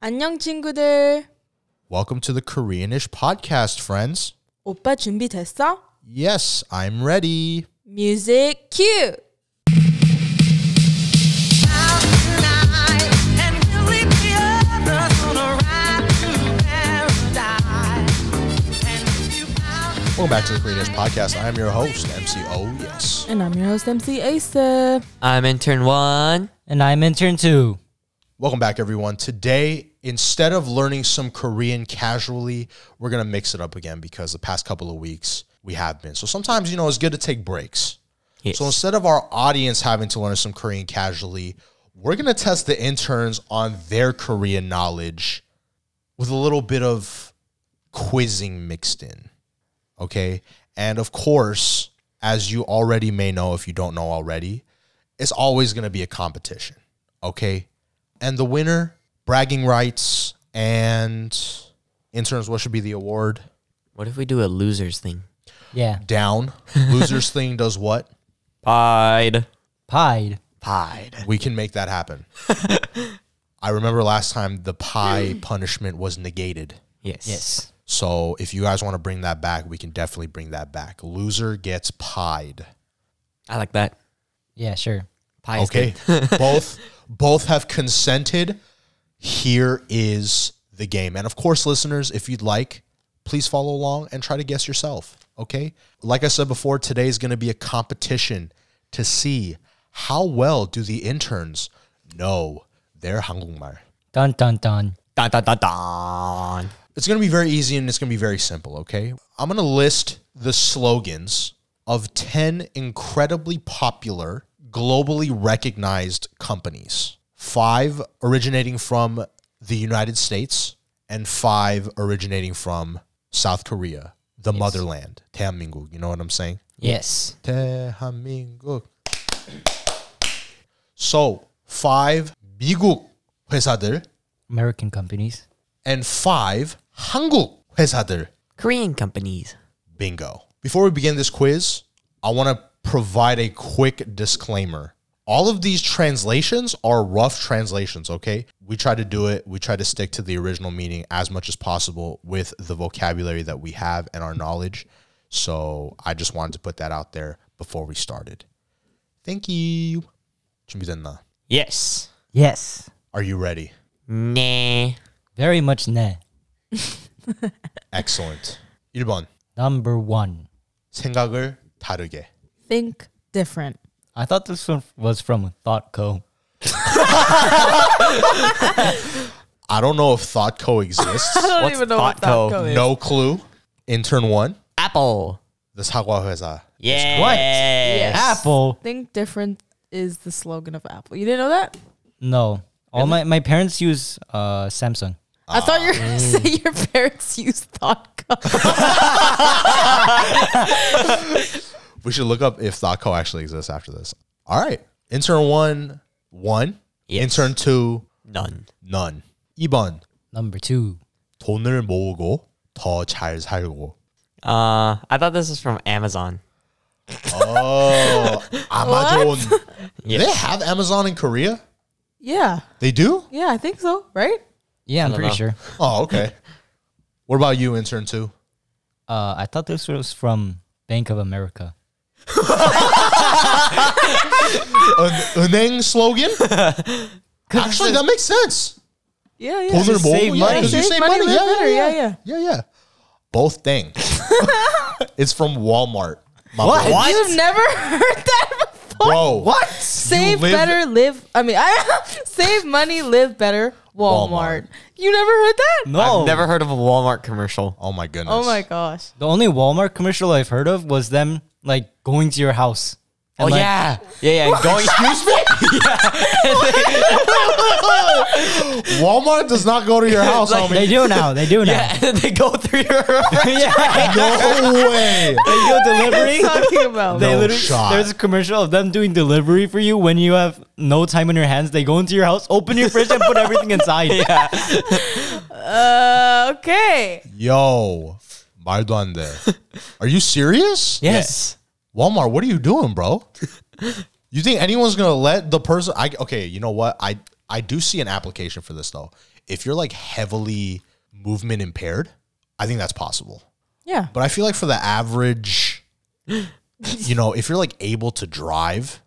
안녕 친구들. Welcome to the Koreanish podcast, friends. 오빠 준비됐어? Yes, I'm ready. 뮤직 큐. Welcome back to the Koreanish podcast. I am your host, MCO. Yes. And I'm your host MC Ace. I'm intern one. And I'm intern two. Welcome back, everyone. Today, instead of learning some Korean casually, we're going to mix it up again because the past couple of weeks we have been. So sometimes, you know, it's good to take breaks. Yes. So instead of our audience having to learn some Korean casually, we're going to test the interns on their Korean knowledge with a little bit of quizzing mixed in. Okay. And of course, as you already may know, if you don't know already, it's always going to be a competition. Okay. And the winner, bragging rights, and interns, what should be the award? What if we do a losers thing? Yeah. Down. Losers thing does what? Pied. Pied. Pied. We can make that happen. I remember last time the pie punishment was negated. Yes. Yes. So if you guys want to bring that back, we can definitely bring that back. Loser gets pied. I like that. Yeah, sure. Pie. is Okay. good. both both have consented. Here is the game. And of course, listeners, if you'd like, please follow along and try to guess yourself. Okay? Like I said before, today is going to be a competition to see how well do the interns know their 한국말. Dun dun dun. Dun, dun, dun, dun. It's going to be very easy and it's going to be very simple, okay? I'm going to list the slogans of 10 incredibly popular, globally recognized companies. Five originating from the United States and five originating from South Korea, the motherland, 대한민국. You know what I'm saying? Yes. 대한민국. So, five 미국 회사들 American companies. and five 한국 회사들. Korean companies. Bingo. Before we begin this quiz, I want to provide a quick disclaimer. All of these translations are rough translations, okay? We try to do it, we try to stick to the original meaning as much as possible with the vocabulary that we have and our knowledge. So I just wanted to put that out there before we started. Thank you. 준비됐나? Yes. Yes. Are you ready? Nah. Very much ne. Excellent. 1번. Number one. 생각을 다르게. Think different. I thought this one was from Thought Co. I don't know if Thought Co exists. I don't What's even know what Thoughtco? Thoughtco No clue. Intern one. Apple. The 사과 회사. Yes. What? Yes. Apple. Think different is the slogan of Apple. You didn't know that? No. All my, my parents use uh, Samsung. I thought you were gonna say your parents used Thoughtco. We should look up if Thought Co actually exists after this. All right. Intern one, one. Yes. Intern two, None. none. 2번. Number two. 돈을 모으고 더 잘 살고. Uh, I thought this was from Amazon. Oh, Amazon. Do Yes. they have Amazon in Korea? yeah, They do? yeah, I think so. Right? Yeah, I'm don't pretty know. sure. Oh, okay. what about you, intern two? Uh, I thought this was from Bank of America. Un- 은행 slogan? actually, that makes sense. Yeah, yeah. 돈을 모으고. save yeah, money. 'cause you Save save money, money. live better. yeah, yeah. Yeah, yeah. yeah. Yeah, yeah. Both thing. it's from Walmart. My boy. You've never heard that before. Bro. What? Save better, live. I mean, I save money, live better. Walmart. Walmart. You never heard that? No. I've Oh. never heard of a Walmart commercial. Oh my goodness. Oh my gosh. the only Walmart commercial I've heard of was them like going to your house. oh And, like, yeah, yeah, yeah. Going. Excuse me? Walmart does not go to your house, Like, homie. They do now. They do now. Yeah, they go through your. yeah. No way. They go delivery. Talking about They No literally shot. there's a commercial of them doing delivery for you when you have no time on your hands. They go into your house, open your fridge, and put everything inside. yeah. uh, okay. Yo. 말도 안 돼. Are you serious? Yes. Walmart, what are you doing, bro? You think anyone's gonna let the person? I okay, you know what? I I do see an application for this though. if you're like heavily movement impaired, I think that's possible. Yeah. But I feel like for the average, you know, if you're like able to drive,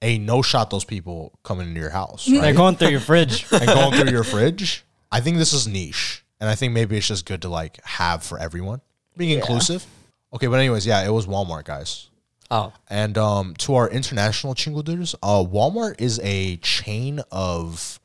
a no shot those people coming into your house right? They're going through your fridge. and going through your fridge. I think this is niche, and I think maybe it's just good to like have for everyone being inclusive. Okay, but anyways, yeah, it was Walmart, guys. Oh, And um, to our international chingoders, uh, Walmart is a chain of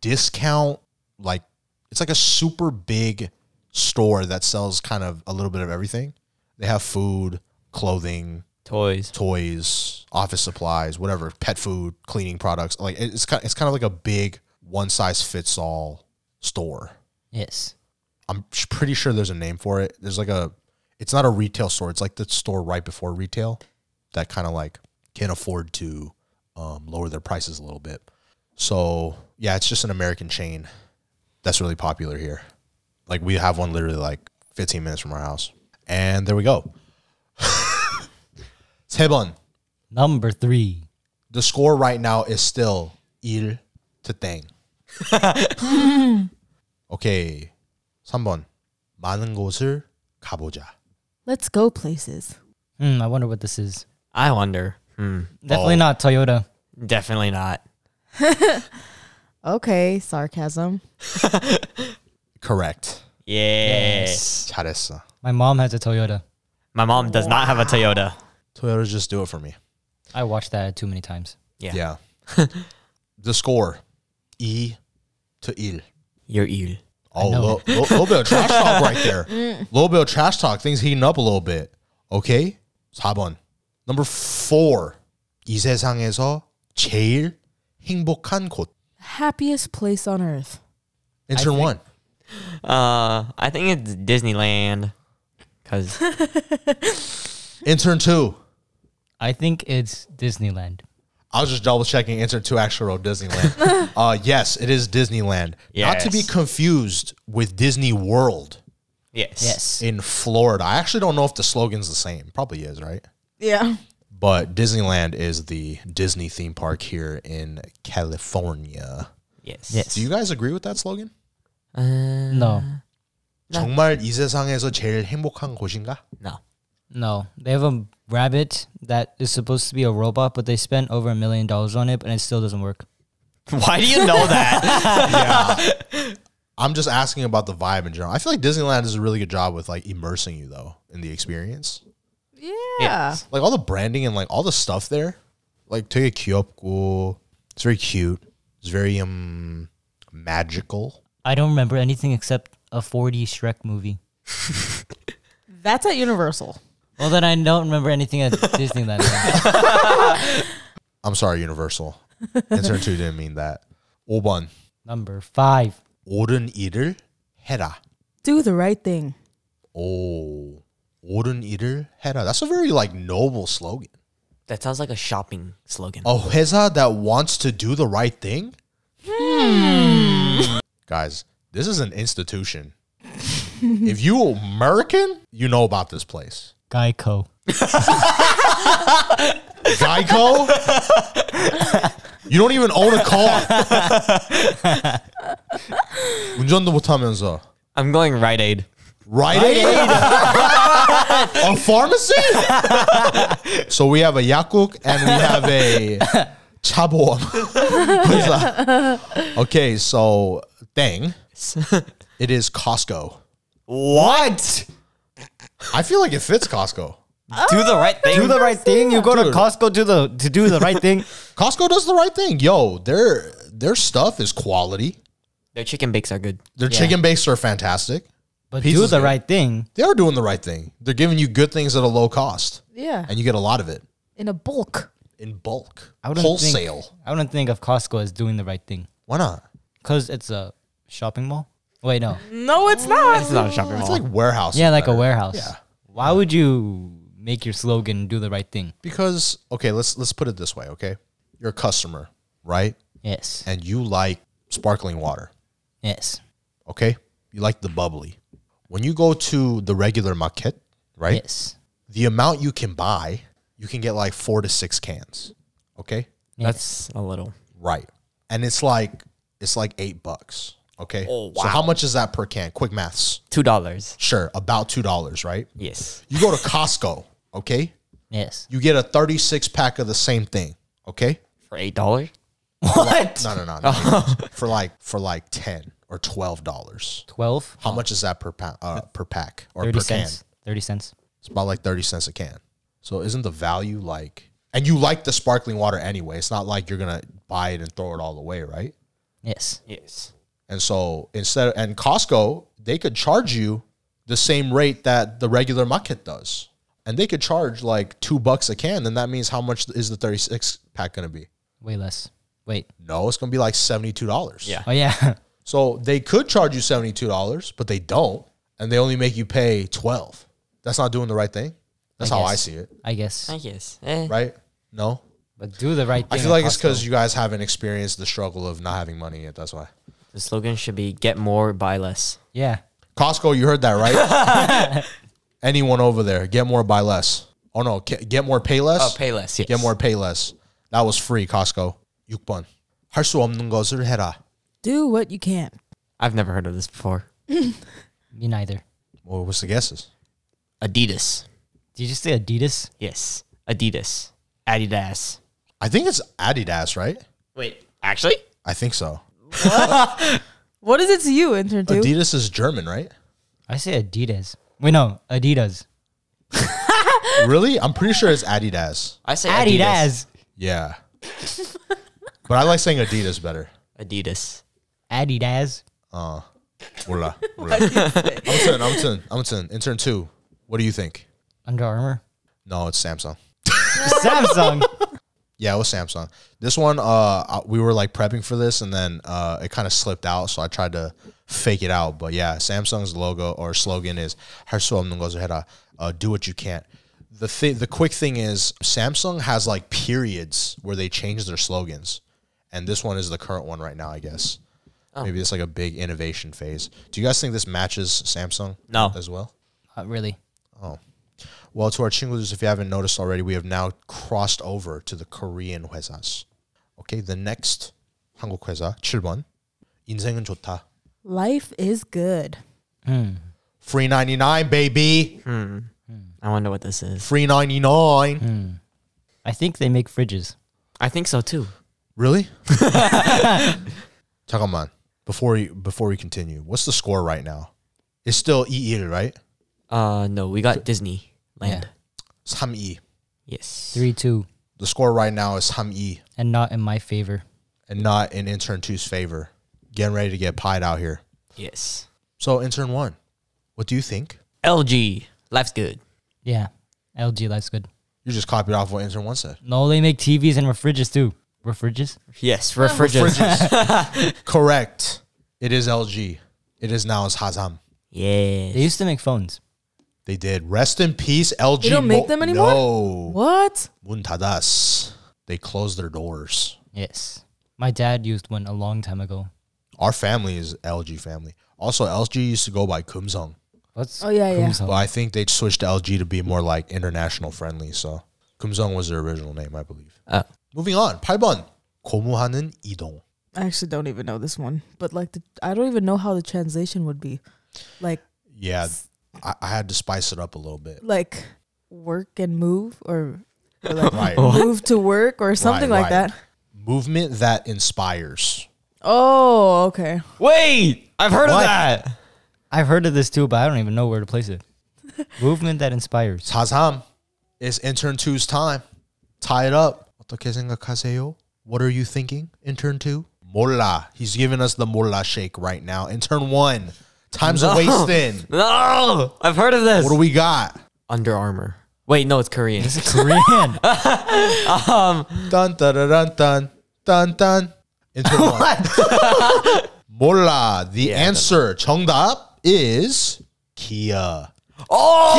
discount, like it's like a super big store that sells kind of a little bit of everything. They have food, clothing, toys. toys, office supplies, whatever, pet food, cleaning products. Like it- it's kind, it's kind of like a big one size fits all store. Yes. I'm sh- pretty sure there's a name for it. There's like a, it's not a retail store. It's like the store right before retail that kind of like can afford to um, lower their prices a little bit. So yeah, it's just an American chain that's really popular here. Like we have one literally like 15 minutes from our house. And there we go. Sebon, Number three. the score right now is still il to tang. okay. 3번. 많은 곳을 가보자. Let's go places. Hmm, I wonder what this is. I wonder. Hmm. Definitely not Toyota. Definitely not. Okay, sarcasm. Correct. Yes. 잘했어. My mom has a Toyota. My mom does not have a Toyota. Toyota just do it for me. I watched that too many times. Yeah. Yeah. the score. E to il. You're ill. Oh, little, little bit of trash talk right there. little bit of trash talk. Things heating up a little bit. Okay. 4번. Number four. 이 세상에서 제일 행복한 곳. Happiest place on earth. Intern one. Uh, I think it's Disneyland. Cause Intern two. I think it's Disneyland. I was just double checking. Intern two actually wrote Disneyland. uh, yes, it is Disneyland. Not to be Yes. confused with Disney World yes. in Florida. I actually don't know if the slogan's the same. Probably is, right? Yeah. But Disneyland is the Disney theme park here in California. Yes. Yes. Do you guys agree with that slogan? No. 정말 이 세상에서 제일 행복한 곳인가? No. No. They have a rabbit that is supposed to be a robot, but they spent over a million dollars on it, but it still doesn't work. Why do you know that? I'm just asking about the vibe in general. I feel like Disneyland does a really good job with like immersing you though in the experience. Yeah. Yes. like all the branding and like all the stuff there, like 되게 귀엽고, it's very cute. It's very um magical. I don't remember anything except a 4D Shrek movie. That's at Universal. Well, then I don't remember anything at Disneyland. then. I'm sorry, Universal. Intern two didn't mean that. 5번 Number five. 옳은 일을 해라. Do the right thing. Oh, 옳은 일을 해라. That's a very like noble slogan. That sounds like a shopping slogan. A 회사 that wants to do the right thing. Guys, this is an institution. if you American, you know about this place. Geico. Geico? you don't even own a car. 운전도 못하면서. I'm going Rite Aid. Rite Aid? a pharmacy? so we have a Yakuk and we have a Chaboam. What's that? okay, so dang. It is Costco. What? I feel like it fits Costco. Do Oh. the right thing. Do the right thing. You go to Dude. Costco to the to do the right thing. Costco does the right thing. Yo, their their stuff is quality. Their chicken bakes are good. Their chicken bakes are fantastic. But do Pizza's the good. right thing. they are doing the right thing. They're giving you good things at a low cost, Yeah. and you get a lot of it In a bulk. in bulk, I wouldn't wholesale. Think, I wouldn't think of Costco as doing the right thing Why not? because it's a shopping mall. Wait, no. Mm-hmm. No, it's not. It's not a shopping It's mall. like warehouse. Yeah, is like a better. warehouse. Yeah, Why would you make your slogan "Do the right thing"? because okay, let's let's put it this way. Okay, you're a customer, right? Yes. And you like sparkling water. Yes. Okay, you like the bubbly. When you go to the regular market, right? Yes. The amount you can buy, you can get like four to six cans. Okay, That's a little. right? And it's like it's like eight bucks. Okay. Oh, So how much is that per can? Quick maths. Two dollars. Sure, about two dollars, right? Yes. You go to Costco, okay? Yes. You get a 36 pack of the same thing, okay? For eight dollars. What? No, no, no. no. for like for like 10 or 12 dollars. 12? How much is that per pa- uh, per pack or 30 per cents. can? 30 cents. It's about like 30 cents a can. So isn't the value like and you like the sparkling water anyway. It's not like you're going to buy it and throw it all away, right? Yes. Yes. And so instead of, and Costco, they could charge you the same rate that the regular market does. And they could charge like two bucks a can. Then that means how much is the 36 pack going to be? Way less. Wait. No, it's going to be like $72. Yeah. Oh, yeah. So they could charge you $72, but they don't. And they only make you pay 12. That's not doing the right thing. That's how I guess. see it, I guess. I guess. Eh. right? No. But do the right thing. I feel at like it's because Costco. you guys haven't experienced the struggle of not having money yet. That's why. The slogan should be "Get more, buy less." Yeah. Costco, you heard that right? Anyone over there, get more, buy less. Oh no, get, get more, pay less. Oh, pay less. Yes. Get more, pay less. That was free, Costco. 6번. 할수 없는 것을 해라. Do what you can. I've never heard of this before. Me neither. Well, what's the guesses? Adidas. Did you just say Adidas? Yes. Adidas. Adidas. I think it's Adidas, right? Wait. Actually. I think so. What is it to you, intern two? Adidas is German, right? I say Adidas. Wait, no. Adidas. really? I'm pretty sure it's Adidas. I say Adidas. Adidas. Yeah. but I like saying Adidas better. Uh, Adidas. Adidas. 몰라. 몰라. I'm 10, I'm 10, I'm 10. Intern 2, what do you think? Under Armour. No, it's Samsung. Samsung. Yeah, it was Samsung. This one, uh, I- we were like prepping for this, and then uh, it kind of slipped out, so I tried to fake it out. But yeah, Samsung's logo or slogan is "할 수 없는 것을 해라," uh, do what you can't. The thi- the quick thing is Samsung has like periods where they change their slogans, and this one is the current one right now, I guess. Maybe it's like a big innovation phase. Do you guys think this matches Samsung? No. as well. Not really. Well, to our chingus, if you haven't noticed already, we have now crossed over to the Korean 회사s. Okay, the next 한국 회사 7번. 인생은 좋다. Life is good. Free 99 baby. I wonder what this is. Free 99. I think they make fridges. I think so too. Really? 잠깐만. Before you before we continue, what's the score right now? It's still 2-1, right? Uh, no, we got Disney land. It's 3-2. Yes. 3 2. E. The score right now is 3-2 And not in my favor. and not in intern 2's favor. Getting ready to get pied out here. Yes. So intern 1, what do you think? LG. Life's good. Yeah. LG life's good. You just copied off what intern one said. No, they make TVs and refriges too. Refriges? Yes. Refrigerators. Correct. It is LG. It is now as Hazam. yes. They used to make phones. They did. Rest in peace, LG. They don't make them anymore? No. What? Muntadas. They closed their doors. Yes. My dad used one a long time ago. Our family is LG family. Also, LG used to go by Kumsung, What's Oh, yeah, yeah. Kumsung? but I think they switched to LG to be more like international friendly. So Kumsung was their original name, I believe. Oh. Moving on. 8번. 고무하는 이동. I actually don't even know this one, but like, the, I don't even know how the translation would be. Like, Yeah, I, I had to spice it up a little bit. like work and move, or, or like Right. move to work, or something Right, like right. that. Movement that inspires. Oh, okay. Wait, I've heard What? of that. I've heard of this too, but I don't even know where to place it. Movement that inspires. Tazam, it's intern two's time. Tie it up. 어떻게 생각하세요? What are you thinking, intern two? Mola. He's giving us the mola shake right now. Intern one, time's a wasting. No, I've heard of this. What do we got? Under Armour. Wait, no, it's Korean. This is Korean. Dun dun dun dun dun dun. dun. Intern one. mola. The answer, 정답 is Kia.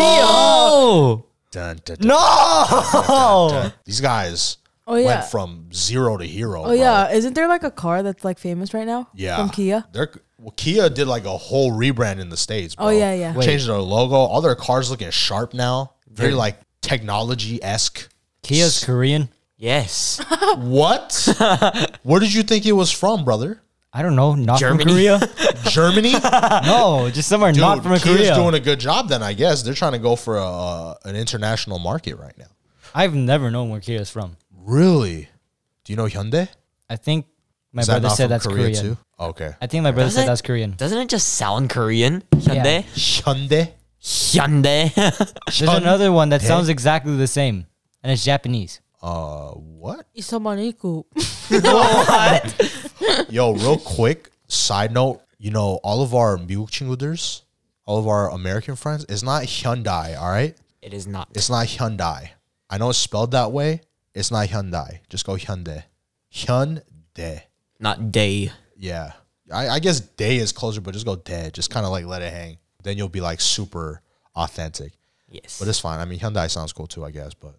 oh, Dun, dun, dun, no! dun. These guys Oh, yeah. went from zero to hero. Oh yeah, isn't there like a car that's like famous right now? Yeah. from Kia. They're, well, Kia did like a whole rebrand in the States. Bro. Oh, yeah, yeah. Wait. Changed their logo. All their cars looking sharp now. Very like technology esque. Kia's Korean. yes. what? Where did you think it was from, brother? I don't know, not Germany? from Korea. Germany? no, just somewhere Dude, not from Kia's Korea. doing a good job then, I guess. They're trying to go for a, uh, an international market right now. I've never known where Kia is from. Really? Do you know Hyundai? I think my Is that brother not said from that's Korean. Okay. I think my brother Doesn't- said that's Korean. Doesn't it just sound Korean? Hyundai? Hyundai? Hyundai? There's another one that sounds exactly the same, and it's Japanese. Uh, what? Isamaniku. Yo, real quick, side note, you know, all of our 미국 친구들's, all of our American friends, it's not Hyundai, all right? it is not. It's not Hyundai. I know it's spelled that way. It's not Hyundai. Just go Hyundai. Hyundai. Not day. Yeah. I, I guess day is closer, but just go day. Just kind of like let it hang. Then you'll be like super authentic. Yes. But it's fine. I mean, Hyundai sounds cool too, I guess. But,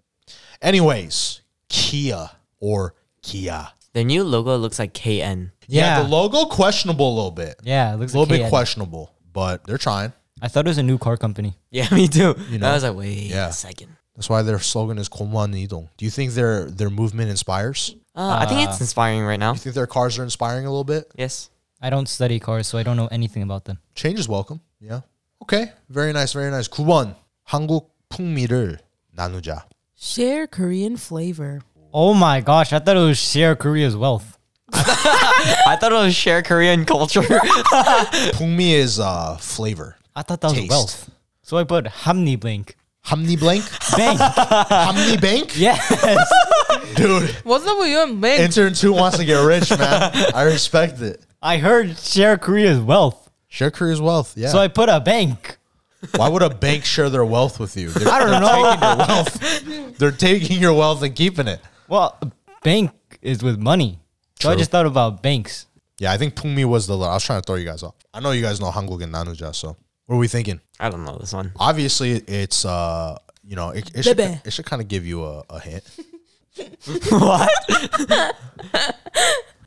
anyways, Kia or Kia. Their new logo looks like KN. Yeah, Yeah, the logo questionable a little bit. yeah, it looks A little like bit KN. questionable, but they're trying. I thought it was a new car company. Yeah, me too. know? I was like, wait Yeah. a second. That's why their slogan is "Komwan Nidong." Do you think their their movement inspires? Uh, I think it's inspiring right now. You think their cars are inspiring a little bit? Yes. I don't study cars, so I don't know anything about them. Change is welcome. Yeah. Okay. Very nice. Very nice. 9번 한국 풍미를 나누자. Share Korean flavor. Oh my gosh, I thought it was share Korea's wealth. I thought it was share Korean culture. 풍미 is uh, flavor. I thought that was Taste. wealth. So I put Hamni Blink. Hamni blank. Bang! Hamni bank. yes! Dude, What's up with you and Meg? intern two wants to get rich, man. I respect it. I heard share Korea's wealth. Share Korea's wealth. Yeah. So I put a bank. Why would a bank share their wealth with you? They're, I don't know. they're taking your wealth and keeping it. well, a bank is with money. So I True. just thought about banks. Yeah, I think Pungmi was the. I was trying to throw you guys off. I know you guys know Hangul and Nanuja, so what are we thinking? I don't know this one. Obviously, it's uh, you know, it, it should Bebe. it should kind of give you a, a hint. what?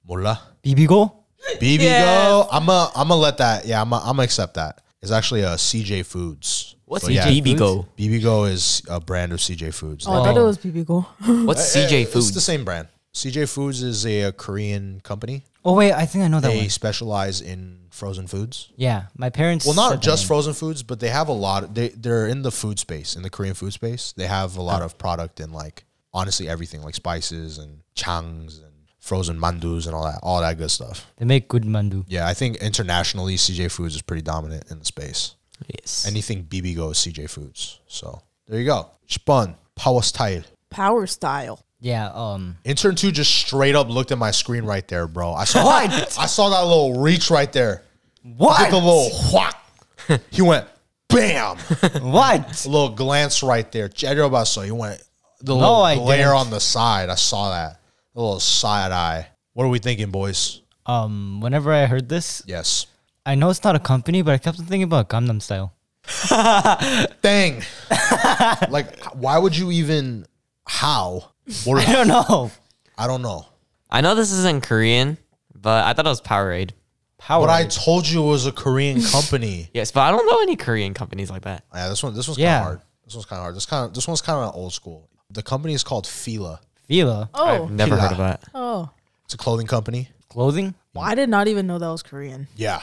Mola, Bibigo? BB Yes. go. I'm a I'm gonna let that. Yeah, I'm a, I'm gonna accept that. It's actually a CJ Foods. What's So, yeah, CJ Bigo? BB go is a brand of CJ Foods. oh, I thought it was Bibigo. What's CJ It's the Foods? same brand. CJ Foods is a, uh, Korean company. Oh, wait, I think I know that They one. specialize in frozen foods. Yeah, my parents. Well, said not that just one. frozen foods, but they have a lot. they they're in the food space, in the Korean food space. They have a lot of product and like honestly everything, like spices and changs and frozen mandus and all that, all that good stuff. They make good mandu. Yeah, I think internationally, CJ Foods is pretty dominant in the space. Yes. Anything BB goes CJ Foods. So there you go. Spun power style. Power style. Yeah, um, Intern two just straight up looked at my screen right there, bro. I saw I saw that little reach right there. What? the little whack. he went bam. what? a little glance right there. Jedro Basso, you went the No, little I glare on didn't. the side. I saw that. A little side eye. What are we thinking, boys? Um, whenever I heard this, Yes. I know it's not a company, but I kept on thinking about Gangnam Style. Dang. like, why would you even? How? What I don't know. I don't know. I know this isn't Korean, but I thought it was Powerade. Power. But I told you it was a Korean company. Yes, but I don't know any Korean companies like that. yeah, this one. This one's kind Yeah. of hard. This one's kind of hard. This kind of. This one's kind of old school. The company is called Fila. Fila. Oh. I've never Fila. heard of that. Oh. It's a clothing company. Clothing? Well, I did not even know that was Korean. Yeah,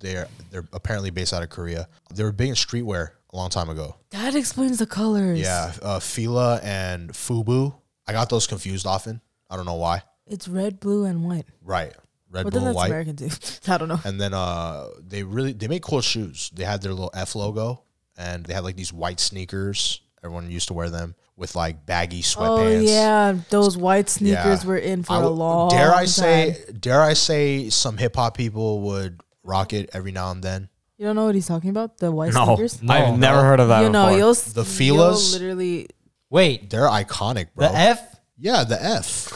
they're they're apparently based out of Korea. They were big in streetwear a long time ago. That explains the colors. Yeah, uh, Fila and Fubu. I got those confused often. I don't know why. It's red, blue, and white. Right, red, But blue, then and that's white. American too. I don't know. And then uh, they really they made cool shoes. They had their little F logo, and they had like these white sneakers. Everyone used to wear them with like baggy Oh sweatpants. yeah, those white sneakers Yeah. were in for I a w- long. dare I time. say? Dare I say? Some hip hop people would rock it every now and then. You don't know what he's talking about? The white sneakers. No, I've no. never heard of that You know, before. you'll s- The you'll Filas? Literally, Wait, They're iconic, bro. the F? yeah, the F.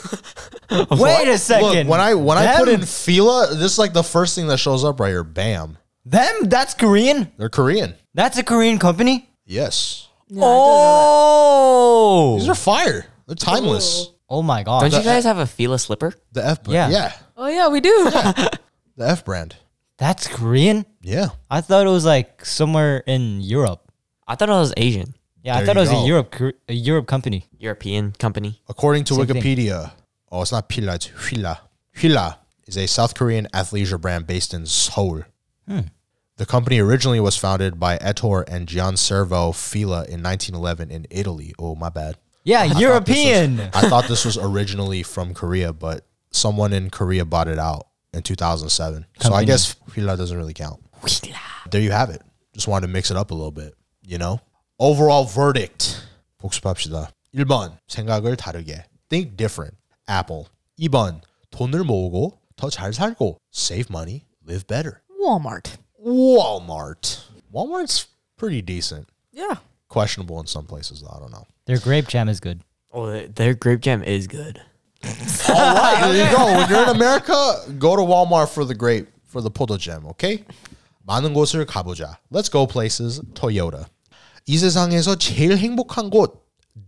Wait a second. Oh. Look, when I when I put Them? in Fila, this is like the first thing that shows up right here. Bam, Them? That's Korean? they're Korean. That's a Korean company? Yes. Yeah, I don't know These Oh! are fire. They're timeless. Oh my god. Don't you guys have a Fila slipper? The F brand. Yeah. Yeah. that. oh yeah, we do. The F brand. That's Korean? Yeah. I thought it was like somewhere in Europe. I thought it was Asian, Yeah, I There thought it you was go. a Europe Kor- a Europe company. European company. According to Same thing. Wikipedia. Oh, it's not Pila, it's Hila. Hila is a South Korean athleisure brand based in Seoul. Hmm. The company originally was founded by Ettore and Gianservo Fila in 1911 in Italy. Oh, my bad. Yeah, thought this was- European. I thought this was originally from Korea, but someone in Korea bought it out in 2007. So I Company. guess Fila doesn't really count. There you have it. Just wanted to mix it up a little bit, you know? Overall verdict. 복습합시다. 1번, 생각을 다르게. Think different. Apple. 2번, 돈을 모으고 더 잘 살고 save money, live better. Walmart. Walmart. Walmart's pretty decent. Yeah. Questionable in some places, though. I don't know. Their grape jam is good. Oh, their grape jam is good. All right, there you go. When you're in America, go to Walmart for the grape, for the potato gem, okay? 많은 곳을 가보자. Let's go places, Toyota. 이 세상에서 제일 행복한 곳,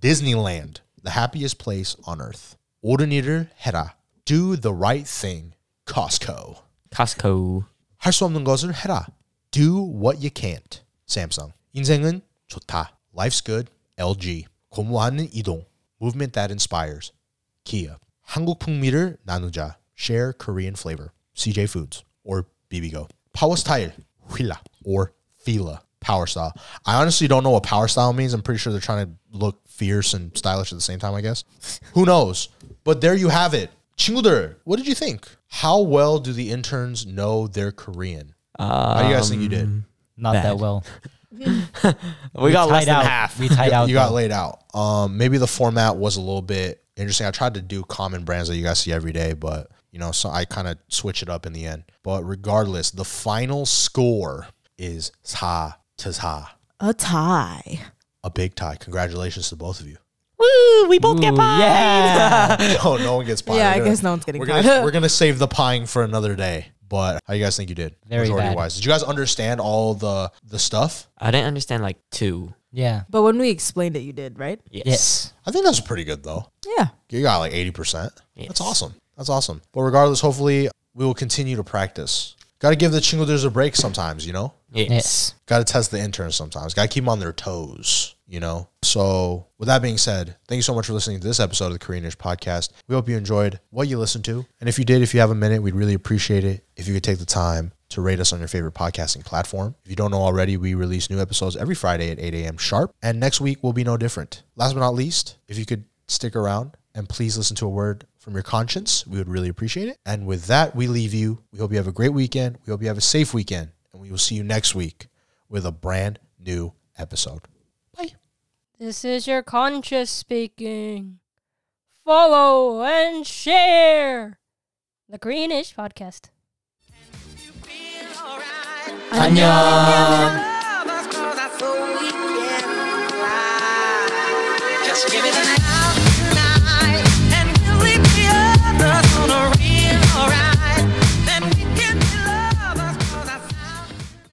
Disneyland. The happiest place on earth. 옳은 일을 해라. Do the right thing, Costco. Costco. 할 수 없는 것을 해라. Do what you can't. Samsung. 인생은 좋다. Life's good. LG. 고무하는 이동. Movement that inspires. Kia. 한국 풍미를 나누자. Share Korean flavor. CJ Foods or Bibigo. Power style. Huila or Fila. Power style. I honestly don't know what power style means. I'm pretty sure they're trying to look fierce and stylish at the same time, I guess. Who knows? But there you have it. 친구들, what did you think? How well do the interns know their Korean? How do you guys think you Um, did? Not that well. We, got less Tied than out. half. We tied out. You got though. laid out. Um, maybe the format was a little bit interesting. I tried to do common brands that you guys see every day, but you know, so I kind of switch it up in the end. But regardless, the final score is sa to sa, A tie. a big tie. Congratulations to both of you. Woo, we both Ooh, yeah. No, no one gets pie. Yeah, I We're gonna- guess no one's getting we're pie. Gonna, we're gonna save the pieing for another day. But how you guys think you did? Very majority bad. wise, did you guys understand all the the stuff? I didn't understand like two. yeah. But when we explained it, you did, right? Yes. I think that's pretty good though. Yeah. You got like 80%. That's Yes. awesome. That's awesome. But regardless, hopefully we will continue to practice. Got to give the chingoders a break sometimes, you know? Yes. Yes. Got to test the interns sometimes. Got to keep them on their toes, you know? So, with that being said, thank you so much for listening to this episode of the Koreanish podcast. We hope you enjoyed what you listened to. And if you did, if you have a minute, we'd really appreciate it if you could take the time to rate us on your favorite podcasting platform. If you don't know already, we release new episodes every Friday at 8 a.m. sharp. And next week will be no different. Last but not least, if you could stick around and please listen to a word from your conscience, we would really appreciate it. And with that, we leave you. We hope you have a great weekend. We hope you have a safe weekend. And we will see you next week with a brand new episode. Bye. This is your conscious speaking. Follow and share the Greenish podcast. Just give me the